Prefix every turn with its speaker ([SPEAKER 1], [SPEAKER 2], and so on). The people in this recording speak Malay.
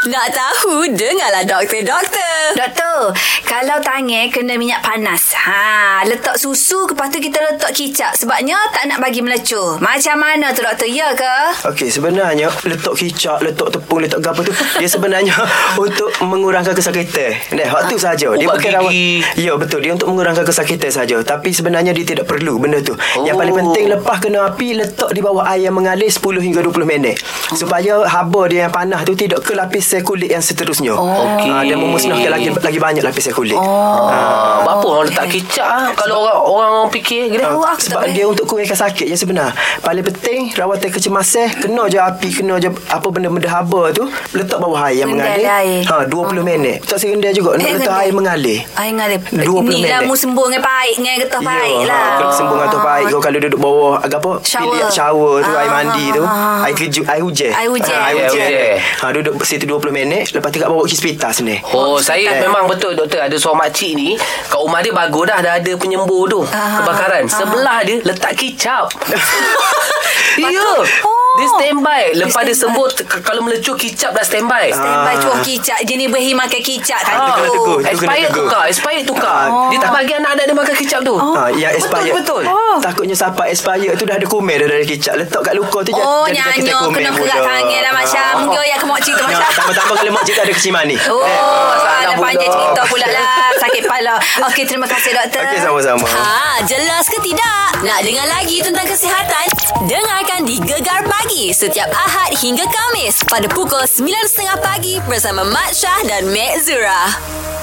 [SPEAKER 1] Nak tahu, dengarlah doktor, doktor.
[SPEAKER 2] Doktor, kalau tangan kena minyak panas, ha, letak susu lepas tu kita letak kicap sebabnya tak nak bagi melecur. Macam mana tu doktor, ya ke?
[SPEAKER 3] Okey, sebenarnya letak kicap, letak tepung, letak gapa tu dia sebenarnya untuk mengurangkan kesakitan. Dah, hak tu saja. Dia
[SPEAKER 4] Ubat
[SPEAKER 3] bukan
[SPEAKER 4] gigi.
[SPEAKER 3] rawat. Ya, betul. Dia untuk mengurangkan kesakitan saja. Tapi sebenarnya dia tidak perlu benda tu. Oh. Yang paling penting lepas kena api letak di bawah air yang mengalir 10 hingga 20 minit. Supaya haba dia yang panas tu tidak ke lapisan kulit yang seterusnya. Oh.
[SPEAKER 4] Okey.
[SPEAKER 3] Ha, dan memusnahkan lagi lagi banyak lapisan kulit.
[SPEAKER 4] Ah, apa orang letak kicap ah? Kalau orang orang fikir gini.
[SPEAKER 2] Tahu
[SPEAKER 3] Ah,
[SPEAKER 2] Oh, aku tak
[SPEAKER 3] sebab
[SPEAKER 2] boleh.
[SPEAKER 3] dia untuk kurangkan sakit je sebenar. Paling penting rawatan kecemasan kena je api kena je apa benda-benda haba tu letak bawah air yang
[SPEAKER 2] Rendai
[SPEAKER 3] mengalir.
[SPEAKER 2] air. Oh.
[SPEAKER 3] Ha 20 minit. Tak serendai juga nak letak
[SPEAKER 2] rendai.
[SPEAKER 3] air mengalir.
[SPEAKER 2] Eh, Air ngalir.
[SPEAKER 3] 20
[SPEAKER 2] Ni lah
[SPEAKER 3] minit.
[SPEAKER 2] mu sembuh dengan pahit, dengan getah pahit
[SPEAKER 3] Ya,
[SPEAKER 2] lah.
[SPEAKER 3] ha, kalau sembung atau pahit Ah. kau oh, kalau duduk bawah agak apa?
[SPEAKER 2] Ah. Shower.
[SPEAKER 3] Bilik shower tu air
[SPEAKER 2] Ah,
[SPEAKER 3] mandi tu,
[SPEAKER 2] ah,
[SPEAKER 3] air keju, air hujan.
[SPEAKER 2] Air hujan.
[SPEAKER 3] Ha, air
[SPEAKER 4] Air
[SPEAKER 3] hujan.
[SPEAKER 4] hujan.
[SPEAKER 3] Ha duduk situ 20 minit lepas tu kat bawa pergi hospital sini.
[SPEAKER 4] Oh, saya
[SPEAKER 3] Eh.
[SPEAKER 4] memang betul doktor ada seorang makcik ni Kat rumah dia bagus dah Dah ada penyembuh tu Kebakaran Sebelah dia letak kicap Ya
[SPEAKER 2] Oh.
[SPEAKER 4] Dia standby Lepas dia
[SPEAKER 2] Dia
[SPEAKER 4] sembuh t- k- Kalau melecur kicap dah standby
[SPEAKER 2] Standby cuah kicap. Jenis berhi makan kicap tadi
[SPEAKER 4] Ah,
[SPEAKER 3] kena
[SPEAKER 2] tu.
[SPEAKER 3] tegur. Itu kena
[SPEAKER 4] Expired
[SPEAKER 3] tegur.
[SPEAKER 4] tukar Expired tukar
[SPEAKER 3] Ah,
[SPEAKER 4] Dia tak bagi anak-anak dia makan kicap tu
[SPEAKER 3] Ha, yang expired
[SPEAKER 4] Betul, betul.
[SPEAKER 2] Oh.
[SPEAKER 3] Takutnya siapa expired tu dah ada kumen dah dari kicap Letak kat luka tu
[SPEAKER 2] Oh,
[SPEAKER 3] jadi
[SPEAKER 2] nyanyo
[SPEAKER 3] sakitan kumen
[SPEAKER 2] kena
[SPEAKER 3] pula.
[SPEAKER 2] kerat tangan lah Masyam.
[SPEAKER 3] Ah.
[SPEAKER 2] Mungkin yang kemak cerita
[SPEAKER 3] Ya,
[SPEAKER 2] Masyam.
[SPEAKER 3] Tambah-tambah kalau mak cik tak ada keciman ni
[SPEAKER 2] Oh,
[SPEAKER 3] ah,
[SPEAKER 2] ada
[SPEAKER 4] pula.
[SPEAKER 2] panjang cerita pula lah. Sakit kepala. Okey, terima kasih doktor.
[SPEAKER 3] Okey, sama-sama.
[SPEAKER 1] Ha, jelas ke tidak? Nak dengar lagi tentang kesihatan? Dengarkan di Gegar Pagi setiap Ahad hingga Kamis pada pukul 9.30 pagi bersama Mat Syah dan Mek Zura.